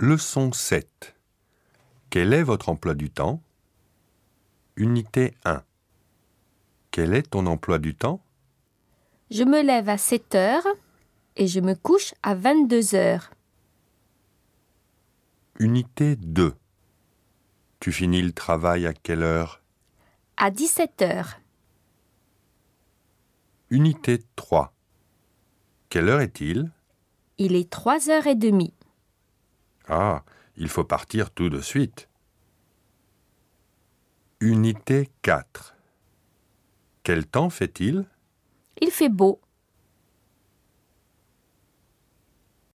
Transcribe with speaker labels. Speaker 1: Leçon 7. Quel est votre emploi du temps Unité 1. Quel est ton emploi du temps
Speaker 2: Je me lève à 7 heures et je me couche à 22 heures.
Speaker 1: Unité 2. Tu finis le travail à quelle heure
Speaker 2: À 17 heures,
Speaker 1: Unité 3. Quelle heure est-il
Speaker 2: il est 3 heures et demie.
Speaker 1: Ah, il faut partir tout de suite. Unité 4. Quel temps fait-il
Speaker 2: Il fait beau.